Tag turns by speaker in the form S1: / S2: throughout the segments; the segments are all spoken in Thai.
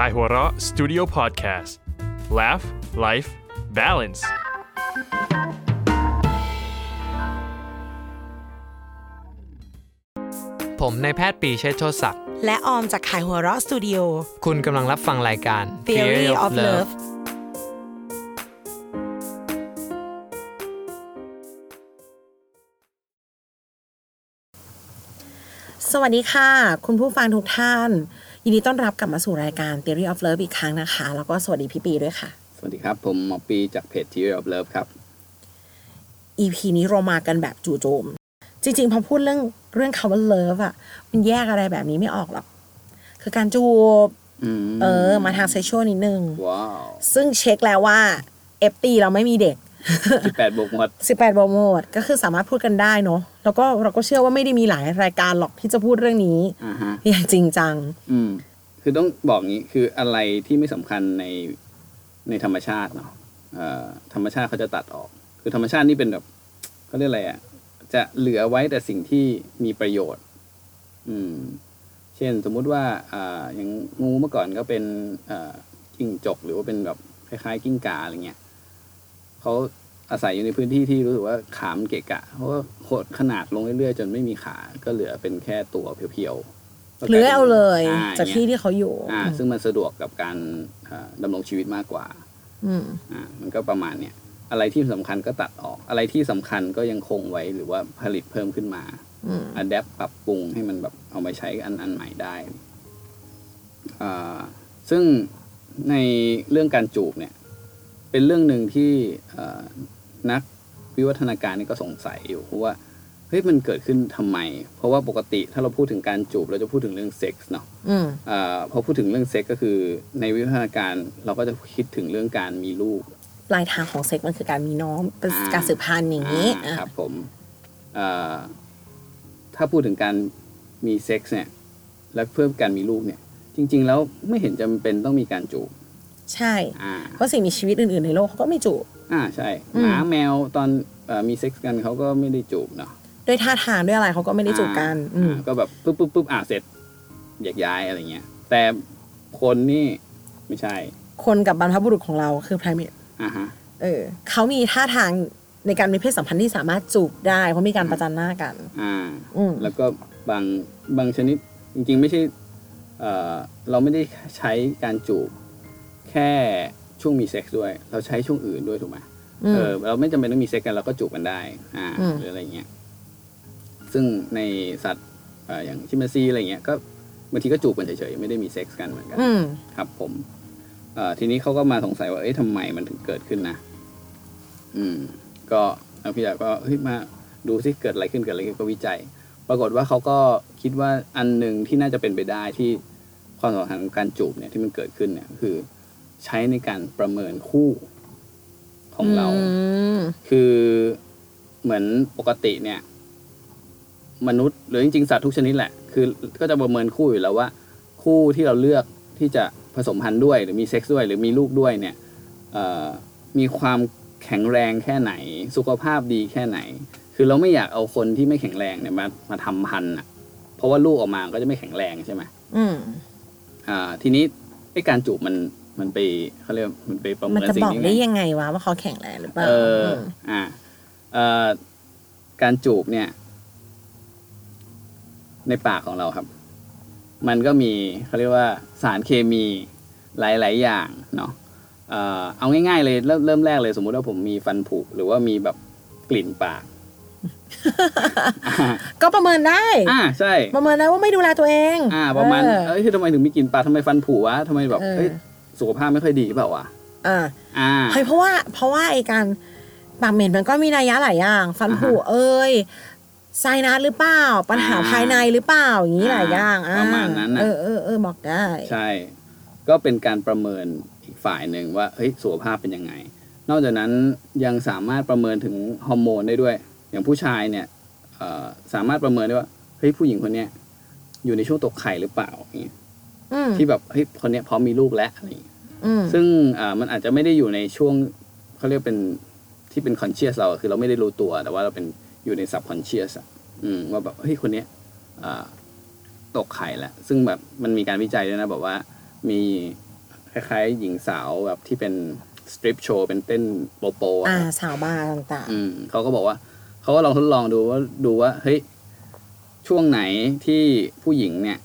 S1: Kai Hora Studio Podcast. Laugh, Life, Balance.
S2: ผมนายแพทย์ปรีเชษฐ์โชติศักดิ์
S3: และออมจากขายหัวเราะสตูดิโอ
S2: คุณกำลังรับฟังรายการ
S3: Theory of Love สวัสดีค่ะ คุณผู้ฟังทุกท่าน ยินดีต้อนรับกลับมาสู่รายการ Theory of Love อีกครั้งนะคะ แล้วก็สวัสดีพี่ปีด้วยค่ะ
S4: สวัสดีครับ ผมหมอปีจากเพจ Theory of Love ครับ
S3: EP นี้เรามากันแบบจู่โจม จริงๆ พอพูดเรื่องเรื่องคำว่า love อะมันแยกอะไรแบบนี้ไม่ออกหรอก คือการจูบ
S4: อืม
S3: เออ มาทางเซ็กชวลนิดนึง
S4: ว้าว
S3: ซึ่งเช็คแล้วว่า FT เราไม่มีเด็ก
S4: สิบแปดบวกหมด
S3: 18โปรโมทก็คือสามารถพูดกันได้เนาะแล้วก็เราก็เชื่อว่าไม่ได้มีหลายรายการหรอกที่จะพูดเรื่องนี้
S4: อ่าฮะ
S3: อย่างจริงจัง
S4: อืม คือต้องบอกงี้คืออะไรที่ไม่สำคัญในในธรรมชาติเนาะเอ่อธรรมชาติเขาจะตัดออก คือธรรมชาตินี่เป็นแบบเขาเรียกอะไรอะ่ะ จะเหลือไว้แต่สิ่งที่มีประโยชน์ อืม เช่นสมมุติว่าอ่าอย่างงูเมื่อก่อนก็เป็นเอ่อกิ้งจกหรือว่าเป็นแบบคล้ายๆกิ้งก่าอะไรเงี้ยเขาอาศัยอยู่ในพื้นที่ที่รู้สึกว่าขามนเกะกะเพราะว่าหดขนาดลงเรื่อยๆ จนไม่มีขา ก็เหลือเป็นแค่ตัวเพียวๆก็ก
S3: หรือ
S4: ยป็น
S3: เอาเลย
S4: อ่
S3: จากที่
S4: อย่งเงี้ย
S3: ที่เขาอยู่
S4: อ่าซึ่งมันสะดวกกับการอ่าดำรงชีวิตมากกว่า
S3: อืม
S4: อ่ามันก็ประมาณเนี้ยอะไรที่สำคัญก็ตัดออก อะไรที่สำคัญก็ยังคงไว้หรือว่าผลิตเพิ่มขึ้นมา
S3: อืม
S4: อัดแอปปรับปรุงให้มันแบบเอามาใช้อันอันใหม่ได้อ่าซึ่งในเรื่องการจูบเนี่ย เป็นเรื่องหนึ่งที่อ่านักวิวัฒนาการนี่ก็สงสัยอยู่เพราะว่าเฮ้ยมันเกิดขึ้นทำไม เพราะว่าปกติถ้าเราพูดถึงการจูบเราจะพูดถึงเรื่องเซ็กส์เนาะ
S3: อืม
S4: เออพอพูดถึงเรื่องเซ็กก็คือในวิวัฒนาการเราก็จะคิดถึงเรื่องการมีลูก
S3: ปลายทางของเซ็กมันคือการมีน้องเป็น
S4: อ่า
S3: การสืบพันธุ์อย่างนี้
S4: อ่า
S3: อ่ะ
S4: ครับผมเอ่อถ้าพูดถึงการมีเซ็กส์เนี่ย และเพิ่มการมีลูกเนี่ย จริง ๆ แล้วไม่เห็นจำเป็นต้องมีการจูบ
S3: ใช่
S4: อ่า
S3: เพราะสิ่งมีชีวิตอื่น ๆ ในโลกเขาก็ไม่จูบ
S4: อ่าใช่
S3: อืม
S4: หมาแมวตอนเอ่อมีเซ็กส์กันเขาก็ไม่ได้จูบเนาะ
S3: ด้วยท่าทางด้วยอะไรเขาก็ไม่ได้จูบกัน
S4: อ่า
S3: อืม
S4: อ่าก็แบบปุ๊บปุ๊บปุ๊บอ่าเสร็จแยกย้ายอะไรเงี้ย แต่คนนี่ไม่ใช่
S3: คนกับบรรพบุรุษของเราคือไพรเมท
S4: อ่าฮะ
S3: เออเขามีท่าทางในการมีเพศสัมพันธ์ที่สามารถจูบได้เพราะมีการประจันหน้ากัน
S4: อ่า
S3: อืม
S4: แล้วก็บางบางชนิดจริงๆไม่ใช่เอ่อเราไม่ได้ใช้การจูบแค่ช่วงมีเซ็กซ์ด้วย เราใช้ช่วงอื่นด้วยถูกไหม
S3: อืม
S4: เออเราไม่จำเป็นต้องมีเซ็กซ์กันเราก็จูบกันได้อ่า
S3: อืม
S4: หรืออะไรเงี้ยซึ่งในสัตว์เอ่ออย่างชิมแปนซีอะไรเงี้ยก็บางทีก็จูบกันเฉยๆไม่ได้มีเซ็กซ์กันเหมือนกัน
S3: อืม
S4: ครับผมเอ่อทีนี้เขาก็มาสงสัยว่า เอ๊ะทำไมมันถึงเกิดขึ้นนะ อืม ก็นักพิจารณาก็เฮ้ยมาดูสิเกิดอะไรขึ้นเกิดอะไรขึ้นก็วิจัย ปรากฏว่าเขาก็คิดว่าอันหนึ่งที่น่าจะเป็นไปได้ที่ความสัมพันธ์ของการจูบเนี่ยที่มันเกิดขึ้นเนี่ยคือใช้ในการประเมินคู่ของเรา
S3: ม
S4: คือเหมือนปกติเนี่ย มนุษย์หรือจริงๆ สัตว์ทุกชนิดแหละ คือก็จะประเมินคู่อยู่แล้วว่า คู่ที่เราเลือกที่จะผสมพันธุ์ด้วย หรือมีเซ็กซ์ด้วย หรือมีลูกด้วยเนี่ยเอ่อมีความแข็งแรงแค่ไหน สุขภาพดีแค่ไหน คือเราไม่อยากเอาคนที่ไม่แข็งแรงเนี่ยมามาทำพันธุ์อ่ะ เพราะว่าลูกออกมาก็จะไม่แข็งแรงใช่ไหม
S3: อืม
S4: อ่า ทีนี้ไอ้การจูบมันมันไปเขาเรียกว่ามันไปประ
S3: มัน
S4: เมิน
S3: จะ
S4: สิ่
S3: บ
S4: ง
S3: อก
S4: นี้
S3: ได้
S4: ไง
S3: ยังไงวะว่าเขาแข็งแรงหรือเปล่า
S4: เออ
S3: ม
S4: อ่ะเอ่อการจูบเนี่ย ในปากของเราครับ มันก็มีเขาเรียกว่าสารเคมีหลาย ๆ อย่างเนาะเอ่อเอาง่าย ๆ เลยเริ่มเริ่มแรกเลย สมมุติว่าผมมีฟันผุหรือว่ามีแบบกลิ่นปาก
S3: ก็ประเมินได้
S4: อ่าใช่
S3: ประเมินได้ว่าไม่ดูแลตัวเอง
S4: อ่า ประมาณ
S3: เออ
S4: เอ้ยทำไมถึงมีกลิ่นปากทำไมฟันผุวะทำไมแบบ
S3: เออ
S4: เอ้ยสุขภาพไม่ค่อยดีเปล่าวะ
S3: อ่า
S4: อ่า
S3: เฮ้ยเพราะว่าเพราะว่าไอการปากเหม็นมันก็มีนัยยะหลายอย่าง ฟันผุเอ้ย ไซนัสหรือเปล่า ปัญหา
S4: อ่า
S3: ภายในหรือเปล่า อย่างนี้หลายอย่างอ่
S4: ประมาณนั้นน่ะ
S3: เออเออเออบอกได้
S4: ใช่ ก็เป็นการประเมินอีกฝ่ายหนึ่งว่าเฮ้ยสุขภาพเป็นยังไง นอกจากนั้นยังสามารถประเมินถึงฮอร์โมนได้ด้วย อย่างผู้ชายเนี่ยเอ่อสามารถประเมินได้ว่าเฮ้ยผู้หญิงคนเนี้ยอยู่ในช่วงตกไข่หรือเปล่าอย่างเงี้ย
S3: อืม
S4: ที่แบบเฮ้ยคนเนี้ยพร้อมมีลูกแล้วอะไรอย่างเงี้ย
S3: อืม
S4: ซึ่งอ่ามันอาจจะไม่ได้อยู่ในช่วงเขาเรียกเป็นที่เป็น conscious เราอะคือเราไม่ได้รู้ตัว แต่ว่าเราเป็นอยู่ใน subconscious อะอืมว่าแบบเฮ้ยคนเนี้ยอ่าตกไข่แล้วซึ่งแบบมันมีการวิจัยด้วยนะแบบว่ามีคล้ายๆหญิงสาวแบบที่เป็น strip show เป็นเต้นโปโปอะ
S3: อ่าสาวบาร์ต่าง
S4: อืมเขาก็บอกว่าเขาก็ลองทดลองดูว่าดูว่าเฮ้ยช่วงไหนที่ผู้หญิงเนี่ย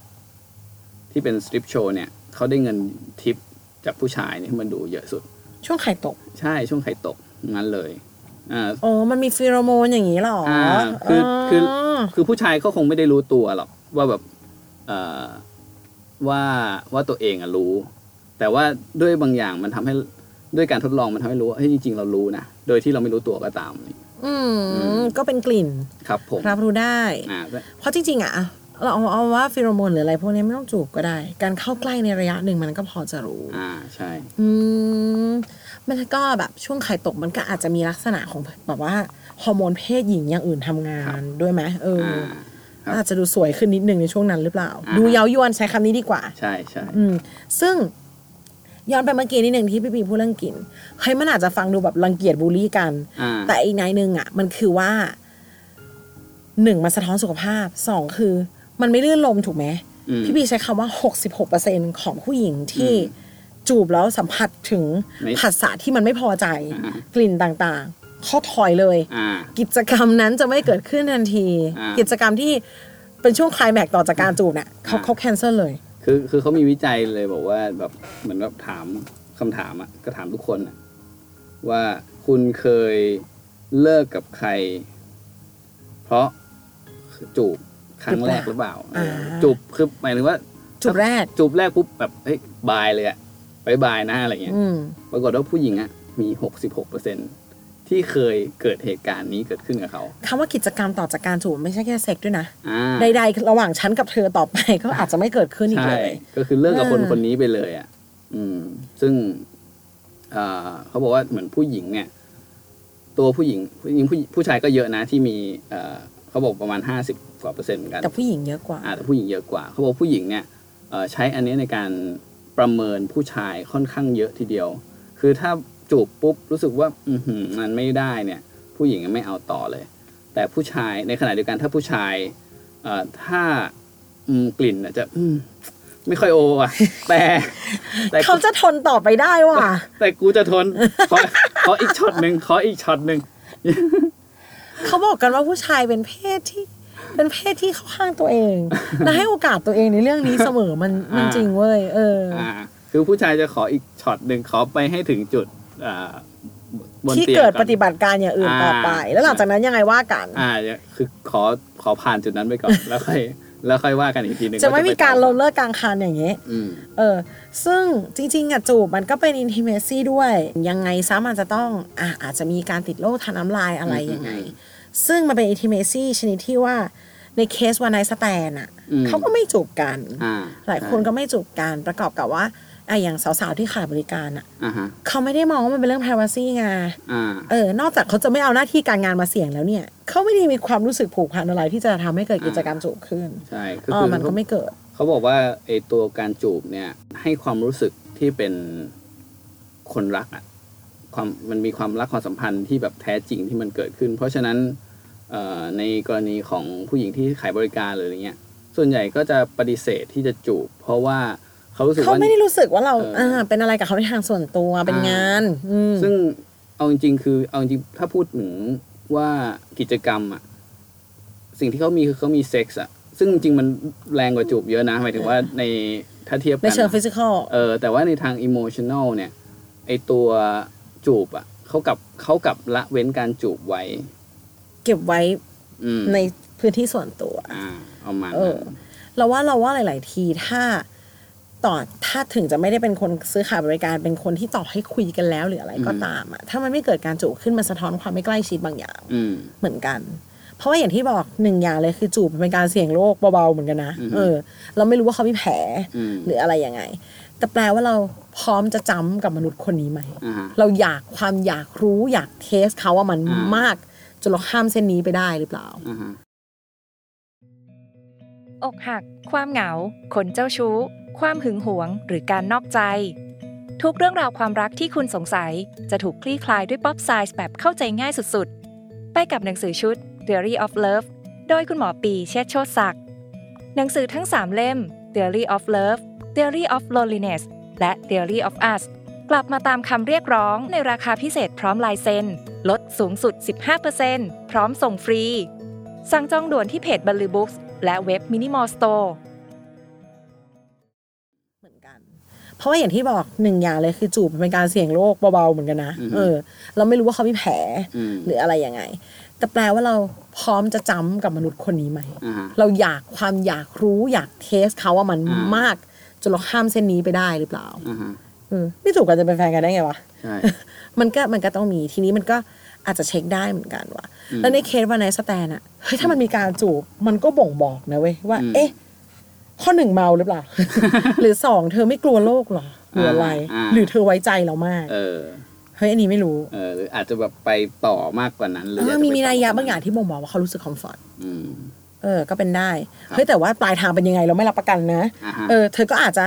S4: ที่เป็น strip show เนี่ยเขาได้เงินทิปจากผู้ชายเนี่ยมันดูเยอะสุด
S3: ๆ ช่วงไข่ตก
S4: ใช่ช่วงไข่ตกงั้นเลย อ่า
S3: โอ้มันมีฟีโรโมนอย่างนี้เหรออา
S4: คือคือ คือผู้ชายก็คงไม่ได้รู้ตัวหรอกว่าแบบเอ่อว่าว่าตัวเองอะรู้ แต่ว่าด้วยบางอย่างมันทำให้ด้วยการทดลองมันทำให้รู้ว่าเฮ้ยจริง ๆ เรารู้นะโดยที่เราไม่รู้ตัวก็ตามนี่
S3: อืมก็เป็นกลิ่น
S4: ครับผม
S3: รับรู้ได้
S4: อ่า
S3: เพราะจริงๆอะเราเอาเอาว่าฟีโรโมนหรืออะไรพวกนี้ไม่ต้องจูบก็ได้ การเข้าใกล้ในระยะหนึ่งมันก็พอจะรู้
S4: อ่าใช่
S3: อืมมันก็แบบช่วงไข่ตกมันก็อาจจะมีลักษณะของแบบว่าฮอร์โมนเพศหญิงอย่างอื่นทำงา
S4: ครั
S3: น
S4: บ
S3: ด้วยไหมเออ
S4: อ่า
S3: ออาจจะดูสวยขึ้นนิดนึงในช่วงนั้นหรือเปล่า
S4: อ่า
S3: ดูเย้ายวนใช้คำนี้ดีกว่า
S4: ใช่ใช่
S3: อืม ซึ่งย้อนไปเมื่อกี้นิดหนึ่งที่พี่ปีพูดเรื่องกลิ่นเฮ้ยมันอาจจะฟังดูแบบรังเกียจบูลลี่กัน
S4: อ่า
S3: แต่อีกในหนึ่งอ่ะ มันคือว่าหนึ่งมันสะท้อนสุขภาพสองคือ มันไม่ลื่นลมถูกไหม
S4: อืม
S3: พี่บีใช้คำว่า 66%ของผู้หญิงที่
S4: อื
S3: จูบแล้วสัมผัสถึง
S4: ไม่
S3: ผัสสะที่มันไม่พอใจ
S4: อ่าฮะ
S3: กลิ่นต่างๆ เขาถอยเลย
S4: อ่า
S3: กิจกรรมนั้นจะไม่เกิดขึ้นทันที
S4: อ่ากิ
S3: กิจกรรมที่เป็นช่วงคลายแม็กซ์ต่อจากการจูบเนี่ยเขา
S4: อ่า
S3: เขาแคนเซิลเลย
S4: คือคือเขามีวิจัยเลยบอกว่าแบบเหมือนแบบถามคำถามอะก็ถามทุกคนอะว่าคุณเคยเลิกกับใคร เพราะจูบครั้งแรกหรือเปล่า
S3: อ่า
S4: จูบคือหมายถึงว่า
S3: จุดแรก
S4: จูบแรกปุ๊บแบบเฮ้ยบายเลยอะบายบายนะอะไรเงี้ย
S3: อืม
S4: ปรากฏว่าผู้หญิงอะมีหกสิบหกเปอร์เซ็นที่เคยเกิดเหตุการณ์นี้เกิดขึ้นกับเขา
S3: คำว่ากิจกรรมต่อจากการจูบไม่ใช่แค่เซ็กด้วยนะ
S4: อ่า
S3: ใดๆ ระหว่างฉันกับเธอต่อไปก็อาจจะไม่เกิดขึ้นอีก
S4: ใช่
S3: เลย
S4: ก็คือเลิกกับคน
S3: อ่า
S4: คนนี้ไปเลยอะอืม ซึ่ง เอ่อเขาบอกว่าเหมือนผู้หญิงเนี่ย ตัวผู้หญิงผู้หญิงผู้หญิงผู้ชายก็เยอะนะที่มีเอ่อเขาบอกประมาณห้าสิบกว่าเปอร์เซ็นต์เหมือนกัน
S3: แต่ผู้หญิงเยอะกว่า
S4: อ่าแต่ผู้หญิงเยอะกว่า เขาบอกผู้หญิงเนี่ยเอ่อใช้อันนี้ในการประเมินผู้ชายค่อนข้างเยอะทีเดียว คือถ้าจูบปุ๊บรู้สึกว่าอือหือมันไม่ได้เนี่ย ผู้หญิงไม่เอาต่อเลย แต่ผู้ชายในขณะเดียวกันถ้าผู้ชายเอ่อถ้าอืมกลิ่นอาจจะอืมไม่ค่อยโออ่ะแต่แต่
S3: เขาจะทนต่อไปได้ว่ะ
S4: แต่กูจะทน ขอขออีกช็อตหนึ่งขออีกช็อตหนึ่ง
S3: เขาบอกกันว่าผู้ชายเป็นเพศที่ เป็นเพศที่เข้าข้างตัวเอง และให้โอกาสตัวเองในเรื่องนี้เสมอมันมันจริงเว้ยเอออ
S4: อ่า คือผู้ชายจะขออีกช็อตหนึ่งขอไปให้ถึงจุดอ่าบน
S3: ที่
S4: ตียง
S3: เกิด
S4: อน
S3: ปฏิบัติการอย่างอื่นต่อไป
S4: อ่า
S3: แล้วหลังจากนั้นยังไงว่ากัน
S4: อ่าคือขอขอผ่านจุดนั้นไปก่อน แล้วค่อยแล้วค่อยว่ากันอีกทีหนึ่ง
S3: จะไม่มีการ
S4: ว่
S3: ล้
S4: ป
S3: ม
S4: ต่อ
S3: เลิกกลางคันอย่างเงี้ย
S4: อืม
S3: เออ ซึ่งจริงๆอะจูบมันก็เป็นอินทิเมซี่ด้วย ยังไงซะมันจะต้องอ่ะอาจจะมีการติดโรคทางน้ำลายอะไรยังไง ซึ่งมันเป็นอินทิเมซี่ชนิดที่ว่าในเคสวันไนสแตนอะ
S4: อืม
S3: เขาก็ไม่จูบกัน
S4: อ่า
S3: หลายคนก็ไม่จูบกันประกอบกับว่าอะอย่างสาวๆที่ขายบริการอะ
S4: อ่าฮะ
S3: เขาไม่ได้มองว่ามันเป็นเรื่อง privacy ไง
S4: อ่า
S3: เออ นอกจากเขาจะไม่เอาหน้าที่การงานมาเสี่ยงแล้วเนี่ย เขาไม่ได้มีความรู้สึกผูกพันอะไรที่จะทำให้เกิดกิจกรรมสูงขึ้น
S4: ใช่ก็
S3: อ๋อ
S4: คือ
S3: มันก็ไม่เกิด
S4: เขาบอกว่าไอตัวการจูบเนี่ย ให้ความรู้สึกที่เป็นคนรักอะความมันมีความรักความสัมพันธ์ที่แบบแท้จริงที่มันเกิดขึ้น เพราะฉะนั้น เอ่อในกรณีของผู้หญิงที่ขายบริการหรืออะไรเงี้ย ส่วนใหญ่ก็จะปฏิเสธที่จะจูบ เพราะว่าเขารู้สึก
S3: เขา
S4: ว่า
S3: ไม่ได้รู้สึกว่าเรา
S4: เอออ่
S3: ่าเป็นอะไรกับเขาในทางส่วนตัว เป็นงาน อืม
S4: ซึ่งเอาจริงๆ คือเอาจริงถ้าพูดถึงว่ากิจกรรมอะสิ่งที่เขามีคือเขามีเซ็กส์อะซึ่งจริงๆมันแรงกว่าจูบเยอะนะหมายถึงว่าในถ้าเทียบกั
S3: ใน
S4: น
S3: เชิงฟิสิกอล
S4: เออแต่ว่าในทางอิโมชัน a ลเนี่ย ไอตัวจูบอ่ะเขากับเขากับละเว้นการจูบไว้
S3: เก็บไว้
S4: อืม
S3: ในพื้นที่ส่วนตัว
S4: อ่าเอามาณ
S3: เอ
S4: นั้
S3: อ
S4: น
S3: เราว่าเราว่าหลาย ๆ ทีถ้าต่อถ้าถึงจะไม่ได้เป็นคนซื้อขายบริการ เป็นคนที่ต่อให้คุยกันแล้วหรืออะไรก็ตามอะถ้ามันไม่เกิดการจูบขึ้นมันสะท้อนความไม่ใกล้ชิดบางอย่าง
S4: อืม
S3: เหมือนกัน เพราะว่าอย่างที่บอกหนึ่งอย่างเลยคือจูบมันเป็นการเสี่ยงโรคเบาๆเหมือนกันนะ
S4: อือฮึ
S3: เออ เราไม่รู้ว่าเขามีแผล
S4: อืม
S3: หรืออะไรยังไง แต่แปลว่าเราพร้อมจะจำกับมนุษย์คนนี้ไหม
S4: อ่าฮะ
S3: เราอยากความอยากรู้อยากเทสเขาว่ามัน
S4: อ่าม
S3: มากจนเราข้ามเส้นนี้ไปได้หรือเปล่า
S4: อ่าฮะ
S5: อกหัก ความเหงา คนเจ้าชู้ ความหึงหวง หรือการนอกใจ ทุกเรื่องราวความรักที่คุณสงสัย จะถูกคลี่คลายด้วยป๊อปไซส์แบบเข้าใจง่ายสุดๆ ไปกับหนังสือชุด Theory of Love โดยคุณหมอปีเชษฐ์โชติศักดิ์หนังสือทั้ง 3 เล่ม Theory of Love Theory of Loneliness และ Theory of Us กลับมาตามคำเรียกร้องในราคาพิเศษพร้อมลายเซ็นลดสูงสุด 15%พร้อมส่งฟรี สั่งจองด่วนที่เพจบัลลือบุ๊กส์และเว็บมินิมอลสโตร์
S3: เหมือนกัน เพราะว่าอย่างที่บอกหนึ่งอย่างเลยคือจูบมันเป็นการเสี่ยงโรคเบาๆเหมือนกันนะเออ เราไม่รู้ว่าเขามีแผล
S4: อืม
S3: หรืออะไรยังไง แต่แปลว่าเราพร้อมจะจำกับมนุษย์คนนี้ไหม
S4: อ่าฮะ
S3: เราอยากความอยากรู้อยากเทสเขาว่ามัน
S4: อ่าม
S3: มากจนเราข้ามเส้นนี้ไปได้หรือเปล่า
S4: อ่าฮะ
S3: เออไม่จูบกันจะเป็นแฟนกันได้ไงวะ
S4: ใช่
S3: มันก็มันก็ต้องมีทีนี้มันก็อาจจะเช็คได้เหมือนกันว่า แล้วในเคสวันไนสแตนอะเฮ้ยถ้ามันมีการจูบมันก็บ่งบอกนะเว้ยว่า
S4: อืม
S3: เอ๊ะ ข้อหนึ่งเมาหรือเปล่า หรือสองเธอไม่กลัวโลกเหรอหรืออะไร
S4: อ่า
S3: หรือเธอไว้ใจเรามาก
S4: เออ
S3: เฮ้ยอันนี้ไม่รู้
S4: เออหรืออาจจะแบบไปต่อมากกว่านั้นหรือ
S3: เออ
S4: อาจจ
S3: มี
S4: ไป
S3: มี
S4: ต่
S3: นัยยะบางอย่างที่บ่งบอกว่าเขารู้สึกคอมฟอร์ต
S4: อืม
S3: เออก็เป็นได้เฮ้ยแต่ว่าปลายทางเป็นยังไงเราไม่รับประกันนะ
S4: อ่าฮะ
S3: เออเธอก็อาจจะ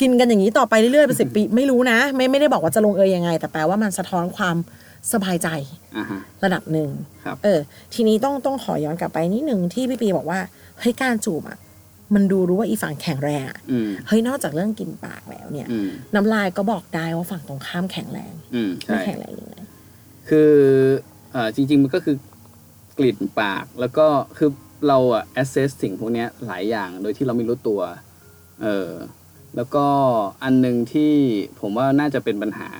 S3: กินกันอย่างนี้ต่อไปเรื่อยๆเป็นสิบปีไม่รู้นะ ไม่ไม่ได้บอกว่าจะลงเอยยังไง แต่แปลว่ามันสะท้อนความสบายใจ
S4: อ่าฮะ
S3: ระดับหนึ่ง
S4: ครับ
S3: เออ ทีนี้ต้องต้องขอย้อนกลับไปนิดหนึ่งที่พี่ปีบอกว่า เฮ้ยการจูบอ่ะ มันดูรู้ว่าอีฝั่งแข็งแรงอะ
S4: อืม
S3: เฮ้ยนอกจากเรื่องกินปากแล้วเนี่ย
S4: อืม
S3: น้ำลายก็บอกได้ว่าฝั่งตรงข้ามแข็งแรง
S4: อืม
S3: ไม่
S4: ใช่
S3: แข็งแรงยังไง
S4: คือเอ่อจริง ๆ มันก็คือกลิ่นปากแล้วก็คือเราอะ assess สิ่งพวกเนี้ยหลายอย่างโดยที่เราไม่รู้ตัวเออแล้วก็อันหนึ่งที่ผมว่าน่าจะเป็นปัญหา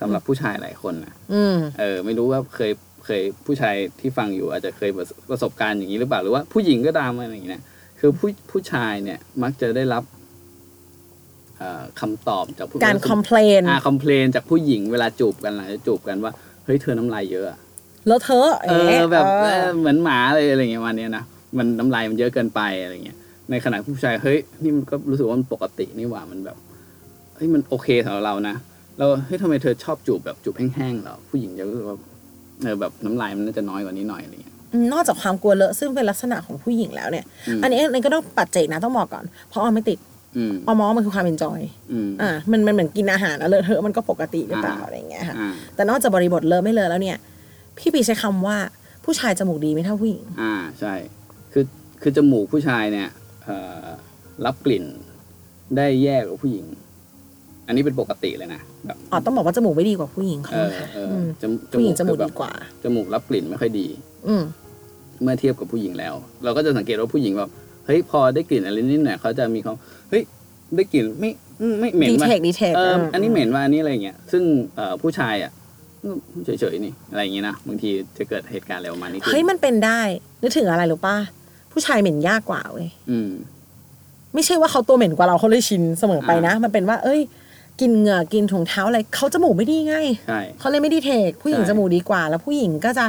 S4: สำหรับผู้ชายหลายคนนะ
S3: อืม
S4: เออไม่รู้ว่าเคยเคยผู้ชายที่ฟังอยู่อาจจะเคยประสประสบการณ์อย่างนี้หรือเปล่าหรือว่าผู้หญิงก็ตามอะไรอย่างเงี้ยคือผู้ผู้ชายเนี่ยมักจะได้รับเอ่อคำตอบจากผู้
S3: การคอมเพลน
S4: อ่าคอมเพลนจากผู้หญิงเวลาจูบกันหลังจะจูบกันว่า เฮ้ยเธอน้ำลายเยอะอะ
S3: แล้วเธอะ
S4: เอ
S3: เอ๊ะ
S4: อแบบ
S3: เอ
S4: เอ
S3: อ
S4: อเหมือนหมาเลยอะไรเงี้ยวันเนี้ยนะมันน้ำลายมันเยอะเกินไปอะไรเงี้ยในขณะผู้ชายเฮ้ยนี่มันก็รู้สึกว่ามันปกตินี่หว่ามันแบบเฮ้ยมันโอเคสำหรับเรานะเราเฮ้ยทำไมเธอชอบจูบแบบจูบแห้งๆเหรอผู้หญิงจะรู้สึกว่าเออแบบน้ำลายมันน่าจะน้อยกว่านี้หน่อยอะไรเงี้ย
S3: นอกจากความกลัวเลอะซึ่งเป็นลักษณะของผู้หญิงแล้วเนี่ย
S4: อืม
S3: อันนี้อันนี้ก็ต้องปัดเจกนะต้องบอกก่อน เพราะออมไม่ติด
S4: อืม
S3: ออมมองว่ามันคือความเอนจอย
S4: อืม
S3: อ่า มันมันเหมือนกินอาหารอะเลอะเทอะมันก็ปกติหรือเปล่าอะไรอย่างเงี้ยค่ะ
S4: อ่า
S3: แต่นอกจากบริบทเลอะไม่เลอะแล้วเนี่ย พี่ปีใช้คำว่าผู้ชายจมูกดีไม่เท่าผู้หญิง
S4: อ่าใช่ คือคือจมูกผู้ชายเนี่ยเอ่อรับกลิ่นได้แย่กว่าผู้หญิง อันนี้เป็นปกติเลยนะแบบ
S3: อ๋อต้องบอกว่าจมูกไม่ดีกว่าผู้หญิง
S4: เอ
S3: ค่ะ
S4: อเอออ
S3: ม
S4: จมูก
S3: ผู้หญิงจมูก
S4: คือแบบ
S3: ดีกว่า
S4: จมูกรับกลิ่นไม่ค่อยดี
S3: อืม
S4: เมื่อเทียบกับผู้หญิงแล้ว เราก็จะสังเกตว่าผู้หญิงแบบเฮ้ยพอได้กลิ่นอะไรนิดหน่อยเขาจะมีความเฮ้ยได้กลิ่นไม่อืมไม่เหม็น
S3: ดี
S4: ว่ะ
S3: เทคดีเทค
S4: เออ
S3: ม
S4: อันนี้เหม็นว่าอันนี้อะไรอย่างเงี้ยซึ่งเอ่อผู้ชายอ่ะอืมเฉยๆนี่อะไรอย่างเงี้ยนะบางทีจะเกิดเหตุการณ์อะไรประมาณนี้ขึ้น
S3: เฮ้ยมันเป็นได้นึกถึงอะไรรู้ป่ะผู้ชายเหม็นยากกว่าเว้ย
S4: อืม
S3: ไม่ใช่ว่าเขาตัวเหม็นกว่าเราเขาเลยชินเสมอไปนะ มันเป็นว่า เอ้ย กินเหงื่อกินถุงเท้าอะไรเขาจมูกไม่ดีไง
S4: ใช่
S3: เขาเลยไม่ดีเทคผู้หญิง
S4: ใช่
S3: จมูกดีกว่า แล้วผู้หญิงก็จะ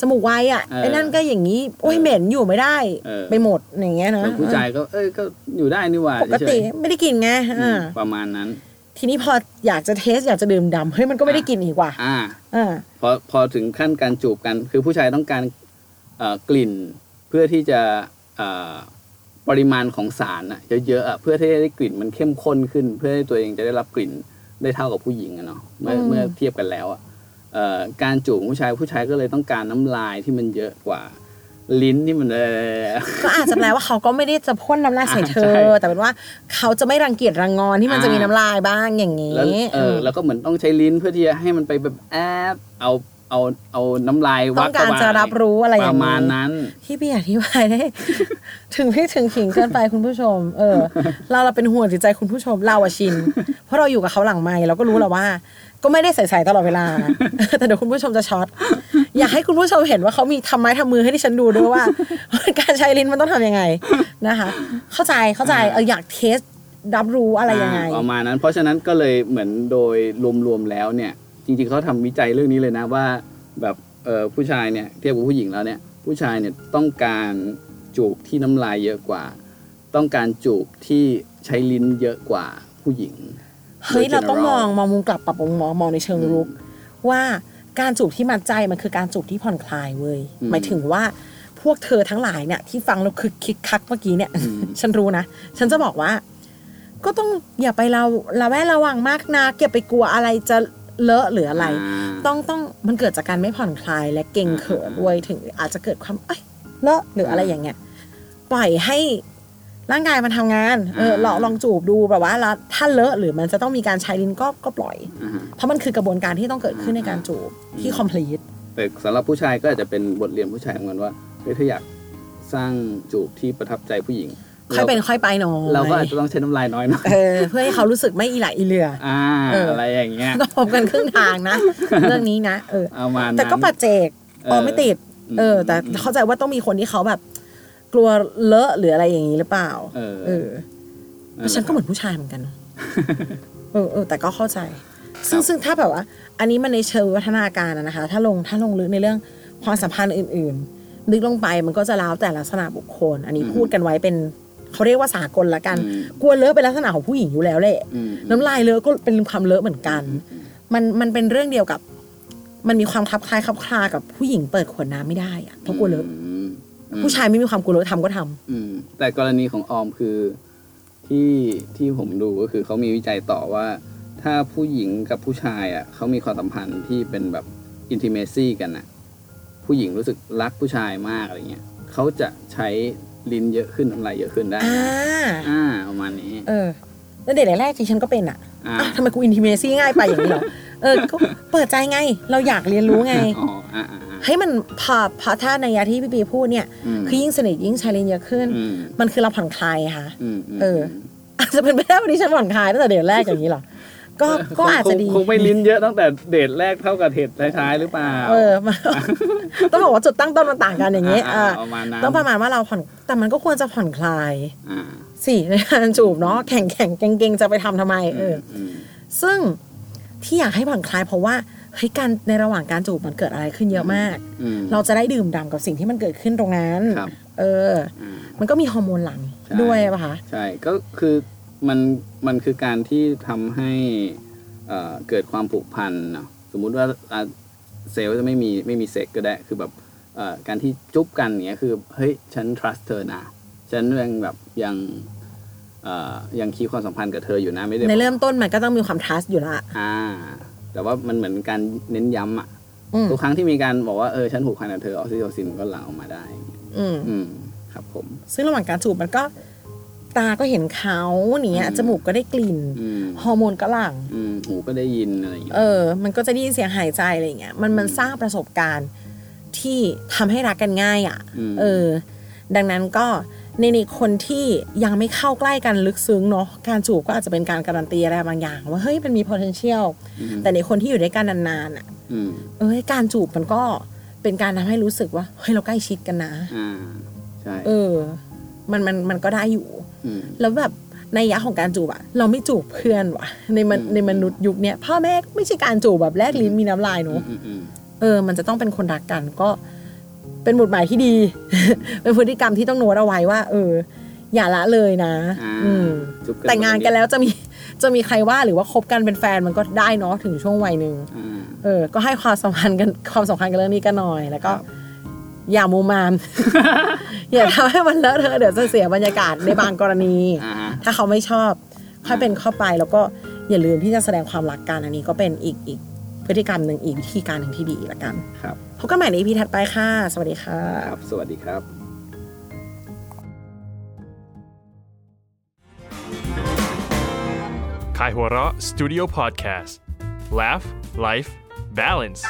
S3: จมูกไวอ่ะ
S4: เออ
S3: ไอ้นั่นก็อย่างนี้โอ้ย
S4: เออ
S3: เหม็นอยู่ไม่ได้
S4: เออ
S3: ไปหมดอย่างเงี้ยนะ
S4: แล้วผู้ชายก็เอ้ยก็อยู่ได้นี่หว่า
S3: ปก
S4: เฉ
S3: ติ
S4: ย
S3: ไม่ได้กินไง
S4: ๆอื
S3: อ่า
S4: มประมาณนั้น
S3: ทีนี้พออยากจะเทสอยากจะดื่มดำเฮ้ยมันก็ไม่ได้กินอีกว่ะ
S4: อ่า
S3: อ่า
S4: พอพอถึงขั้นการจูบกัน คือผู้ชายต้องการเอ่อกลิ่น เพื่อที่จะเอ่อปริมาณของสารอะเยอะๆอะเพื่อที่จะได้กลิ่นมันเข้มข้นขึ้น เพื่อให้ตัวเองจะได้รับกลิ่นได้เท่ากับผู้หญิงอะเนาะเมื่อเมื่อเทียบกันแล้วอะเอ่อการจูบผู้ชายผู้ชายก็เลยต้องการน้ำลายที่มันเยอะกว่า ลิ้นที่มัน เออ
S3: ก็อาจจะแปลว่าเขาก็ไม่ได้จะพ่นน้ำลายใส่เธอ
S4: ใช่
S3: แต่เป็นว่าเขาจะไม่รังเกียจรังงอนที่มัน
S4: อ่า
S3: จะมีน้ำลายบ้างอย่างนี้
S4: แล้วเออแล้วก็เหมือนต้องใช้ลิ้นเพื่อที่จะให้มันไปแบบแอบเอาเอาเอาน้ำลาย
S3: ต้
S4: วั
S3: อ
S4: ด
S3: งการ
S4: เข้ไป
S3: จะรับรู้อะไรอ
S4: ป
S3: ย่าง
S4: ระมาณ
S3: นี้
S4: นั้น
S3: ที่พี่อธิบายได้ ถึงไม่ถึงขิงเกินไปคุณผู้ชม เออ เราเราเป็นห่วงจิตใจคุณผู้ชมเราอะชิน เพราะเราอยู่กับเขาหลังไมค์เราก็รู้แหละว่า ก็ไม่ได้ใส่ใส่ตลอดเวลา นะ แต่เดี๋ยวคุณผู้ชมจะช็อตอยากให้คุณผู้ชมเห็นว่าเขามีทำไม้ทำมือให้ดิฉันดูด้วยว่า การใช้ลิ้นมันต้องทำยังไงนะคะ เข้าใจเข้าใจเอออยากเทสรับรู้อะไรยังไง
S4: ประมาณนั้น เพราะฉะนั้นก็เลยเหมือนโดยรวมๆแล้วเนี่ย จริงๆเขาทำวิจัยเรื่องนี้เลยนะว่า แบบเออผู้ชายเนี่ยเทียบกับผู้หญิงแล้วเนี่ย ผู้ชายเนี่ยต้องการจูบที่น้ำลายเยอะกว่า ต้องการจูบที่ใช้ลิ้นเยอะกว่าผู้หญิง
S3: เฮ้ย
S4: โดย
S3: เราต้องมอง
S4: general
S3: มองมุมกลับปรับมองมองในเชิงรุก ว่าการจูบที่มัดใจมันคือการจูบที่ผ่อนคลายเว้ย
S4: อืม
S3: หมายถึงว่าพวกเธอทั้งหลายเนี่ยที่ฟังเราคือคิกคักเมื่อกี้เนี่ย
S4: อืม
S3: ฉันรู้นะ ฉันจะบอกว่า ก็ต้องอย่าไปเราระแวดระวังมากนะอย่าไปกลัวอะไรจะเลอะหรืออะไร
S4: า
S3: ต้องต้องมันเกิดจากการไม่ผ่อนคลายและเกรงเขินด้วยถึงอาจจะเกิดความเอ้ยเลอะหรืออะไรอย่างเงี้ยปล่อยให้ร่างกายมันทำงานเออ
S4: อ่า
S3: ลองลองจูบดูแบบว่าแล้วถ้าเลอะหรือมันจะต้องมีการใช้ลิ้นก็ก็ปล่อย
S4: อ่าฮะ
S3: เพราะมันคือกระบวนการที่ต้องเกิดขึ้นในการจูบที่
S4: อืม
S3: complete
S4: แต่สำหรับผู้ชายก็อาจจะเป็นบทเรียนผู้ชายเหมือนกันว่าเฮ้ยถ้าอยากสร้างจูบที่ประทับใจผู้หญิง
S3: ค่อยเป็นค่อยไปหน่อย
S4: เราก็อาจจะต้องใช้น้ำลายน้อยหน่อย
S3: เออเพื่อให้เขารู้สึกไม่อีหละอีเหลือ
S4: อ่า
S3: เอออ
S4: อะไรอย่างเงี้ย
S3: ก็พบกันครึ่งทางนะ เรื่องนี้นะเออ
S4: เอามาณนั้น
S3: แต่ก็ปัจเจกเออไม่ติด เออ แต่
S4: ม
S3: เข้าใจว่าต้องมีคนที่เขาแบบ กลัวเลอะหรืออะไรอย่างนี้หรือเปล่า
S4: เออ
S3: เออ แต่ฉันก็เหมือนผู้ชายเหมือนกันเนอะเออเออ แต่ก็เข้าใจ ซึ่งซึ่งถ้าแบบว่า อันนี้มันในเชิงวัฒนาการอะนะคะ ถ้าลงถ้าลงลึกในเรื่องความสัมพันธ์อื่นๆ ลึกลงไปมันก็จะแล้วแต่ลักษณะบุคคล อันนี้พูดกันไว้เป็นเขาเรียกว่าสากลละกัน
S4: อืม
S3: กลัวเลอะเป็นลักษณะของผู้หญิงอยู่แล้วแหละ
S4: อืม
S3: น้ำลายเลอะก็เป็นความเลอะเหมือนกัน มันมันเป็นเรื่องเดียวกับ มันมีความคลับคล้ายคลับคลากับผู้หญิงเปิดขวดน้ำไม่ได้อะเพราะกลัวเลอะ
S4: มอืม
S3: ผู้ชายไม่มีความกลัวเลอะทำก็ทำ
S4: อืมแต่กรณีของออมคือที่ที่ผมดูก็คือเขามีวิจัยต่อว่า ถ้าผู้หญิงกับผู้ชายอ่ะเขามีความสัมพันธ์ที่เป็นแบบอินทิเมซี่กันน่ะ ผู้หญิงรู้สึกรักผู้ชายมากอะไรเงี้ยเขาจะใช้ลิ้นเยอะขึ้นน้ำลายเยอะขึ้นได้
S3: อ่า
S4: นะอ่าประมาณนี้
S3: เออ แล้วเด็กแรกๆที่ฉันก็เป็นอ่ะ
S4: อ่า
S3: อ้าวทำไมกูอินทิเมซี่ง่ายไปอย่างนี้เหรอเออก็เปิดใจไง เราอยากเรียนรู้ไง
S4: อ๋ออ่าอ่าอ่า
S3: ให้มันพอพอถ้าในยะที่พี่ปีพูดเนี่ย
S4: ม
S3: คือยิ่งสนิทยิ่งชาเลนเยอะขึ้น
S4: อืม
S3: มันคือเราผ่อนคลายค่ะ
S4: อืมม
S3: เออ อาจจะเป็นไปได้วันนี้ฉันผ่อนคลายตั้งแต่เด็กแรกอย่างนี้เหรอก็ก็อาจจะดี
S4: คงคงไม่ลิ้นเยอะตั้งแต่เดทแรกเท่ากับเดทท้ายๆหรือเปล่า
S3: เออมา ต้องบอกว่าจุดตั้งต้นมันต่างกันอย่างนี้
S4: อ่า
S3: อ่า
S4: ประมาณนั้น
S3: ต้องประมาณว่าเราผ่อน แต่มันก็ควรจะผ่อนคลาย
S4: อ่า
S3: สิในการจูบเนาะแข่งแข่งเก่งๆ จะไปทำทำไมเออ
S4: อืม
S3: ซึ่งที่อยากให้ผ่อนคลายเพราะว่าเฮ้ยการในระหว่างการจูบมันเกิดอะไรขึ้นเยอะมาก
S4: อืม
S3: เราจะได้ดื่มด่ำกับสิ่งที่มันเกิดขึ้นตรงนั้น
S4: ครับ
S3: เออ
S4: อ่า
S3: มันก็มีฮอร์โมนหลัง
S4: ใช่
S3: ด้วยป่ะคะ
S4: ใช่ก็คือมันมันคือการที่ทำให้เอ่อเกิดความผูกพันเนาะสมมุติว่าอ่ะเซลล์จะไม่มีไม่มีเซ็กก็ได้คือแบบเอ่อการที่จุ๊บกันเนี้ยคือเฮ้ยฉัน trust เธอนะ ฉันยังแบบยังเอ่อยังคีบความสัมพันธ์กับเธออยู่นะไม่ได้
S3: ใน
S4: แบบ
S3: เริ่มต้นมันก็ต้องมีความ trust อยู่ละ
S4: อ่า แต่ว่ามันเหมือนการเน้นย้ำอะ
S3: อืม
S4: ทุกครั้งที่มีการบอกว่าเออฉันผูกพันกับเธอออกซิโทซินก็หลั่งออกมาได้
S3: อืม
S4: อืมครับผม
S3: ซึ่งระหว่างการจูบมันก็ ตาก็เห็นเขาเนี่ย
S4: อืม
S3: จมูกก็ได้กลิ่น
S4: อืม
S3: ฮอร์โมนก็หลัง
S4: อืมหูก็ได้ยินอะไรอย่างเงี้ย
S3: เออ มันก็จะได้ยินเสียงหายใจอะไรอย่างเงี้ย มันมันสร้างประสบการณ์ที่ทำให้รักกันง่ายอะ่ะ
S4: ม
S3: เออ ดังนั้นก็ในในคนที่ยังไม่เข้าใกล้กันลึกซึ้งเนาะ การจูบก็อาจจะเป็นการการันตีอะไรบางอย่าง ว่าเฮ้ยมันมี potential
S4: อืม
S3: แต่ในคนที่อยู่ด้วยกันนานๆอ่ะ
S4: อืม
S3: เอ้ยการจูบมันก็เป็นการทำให้รู้สึกว่าเฮ้ยเราใกล้ชิดกันนะ
S4: อ่าใช่
S3: เออ มันมันมันก็ได้อยู่
S4: ม
S3: แล้วแบบในยะของการจูบอะเราไม่จูบเพื่อนว่ะในมัน
S4: อืม
S3: ในมนุษย์ยุคเนี้ยพ่อแม่ไม่ใช่การจูบแบบแลกลิ้นมีน้ำลาย
S4: อื
S3: เนาะ
S4: มอืมอืม
S3: เออมันจะต้องเป็นคนรักกันก็เป็นบทหมายที่ดี เป็นพฤติกรรมที่ต้องโน้ตเอาไว้ว่า เออ อย่าละเลยนะ
S4: อ่า
S3: อืม
S4: จุ๊บ
S3: แต่งงานกันแล้วจะมี จะมีใครว่าหรือว่าคบกันเป็นแฟนมันก็ได้เนาะถึงช่วงวัยหนึ่ง
S4: อ่า
S3: เออ ก็ให้ความสำคัญกัน ความสำคัญกับเรื่องนี้กันหน่อย แล้วก็
S4: ครับ
S3: อย่ามูมาม อย่าทำให้มันเลอะเทอะเดี๋ยวจะเสียบรรยากาศ ในบางกรณี
S4: อ่า
S3: ถ้าเขาไม่ชอบค่อยเป็นเข้าไปแล้วก็อย่าลืมที่จะแสดงความรักกันอันนี้ก็เป็นอีกอีกพฤติกรรมหนึ่งอีกวิธีการหนึ่งที่ดีละกัน
S4: ครับ
S3: พบกันใหม่ใน EP ถัดไปค่ะ สวัสดีค่ะ
S4: ครับ สวัสดีครับ
S1: Kaihura Studio Podcast. Laugh, Life, Balance.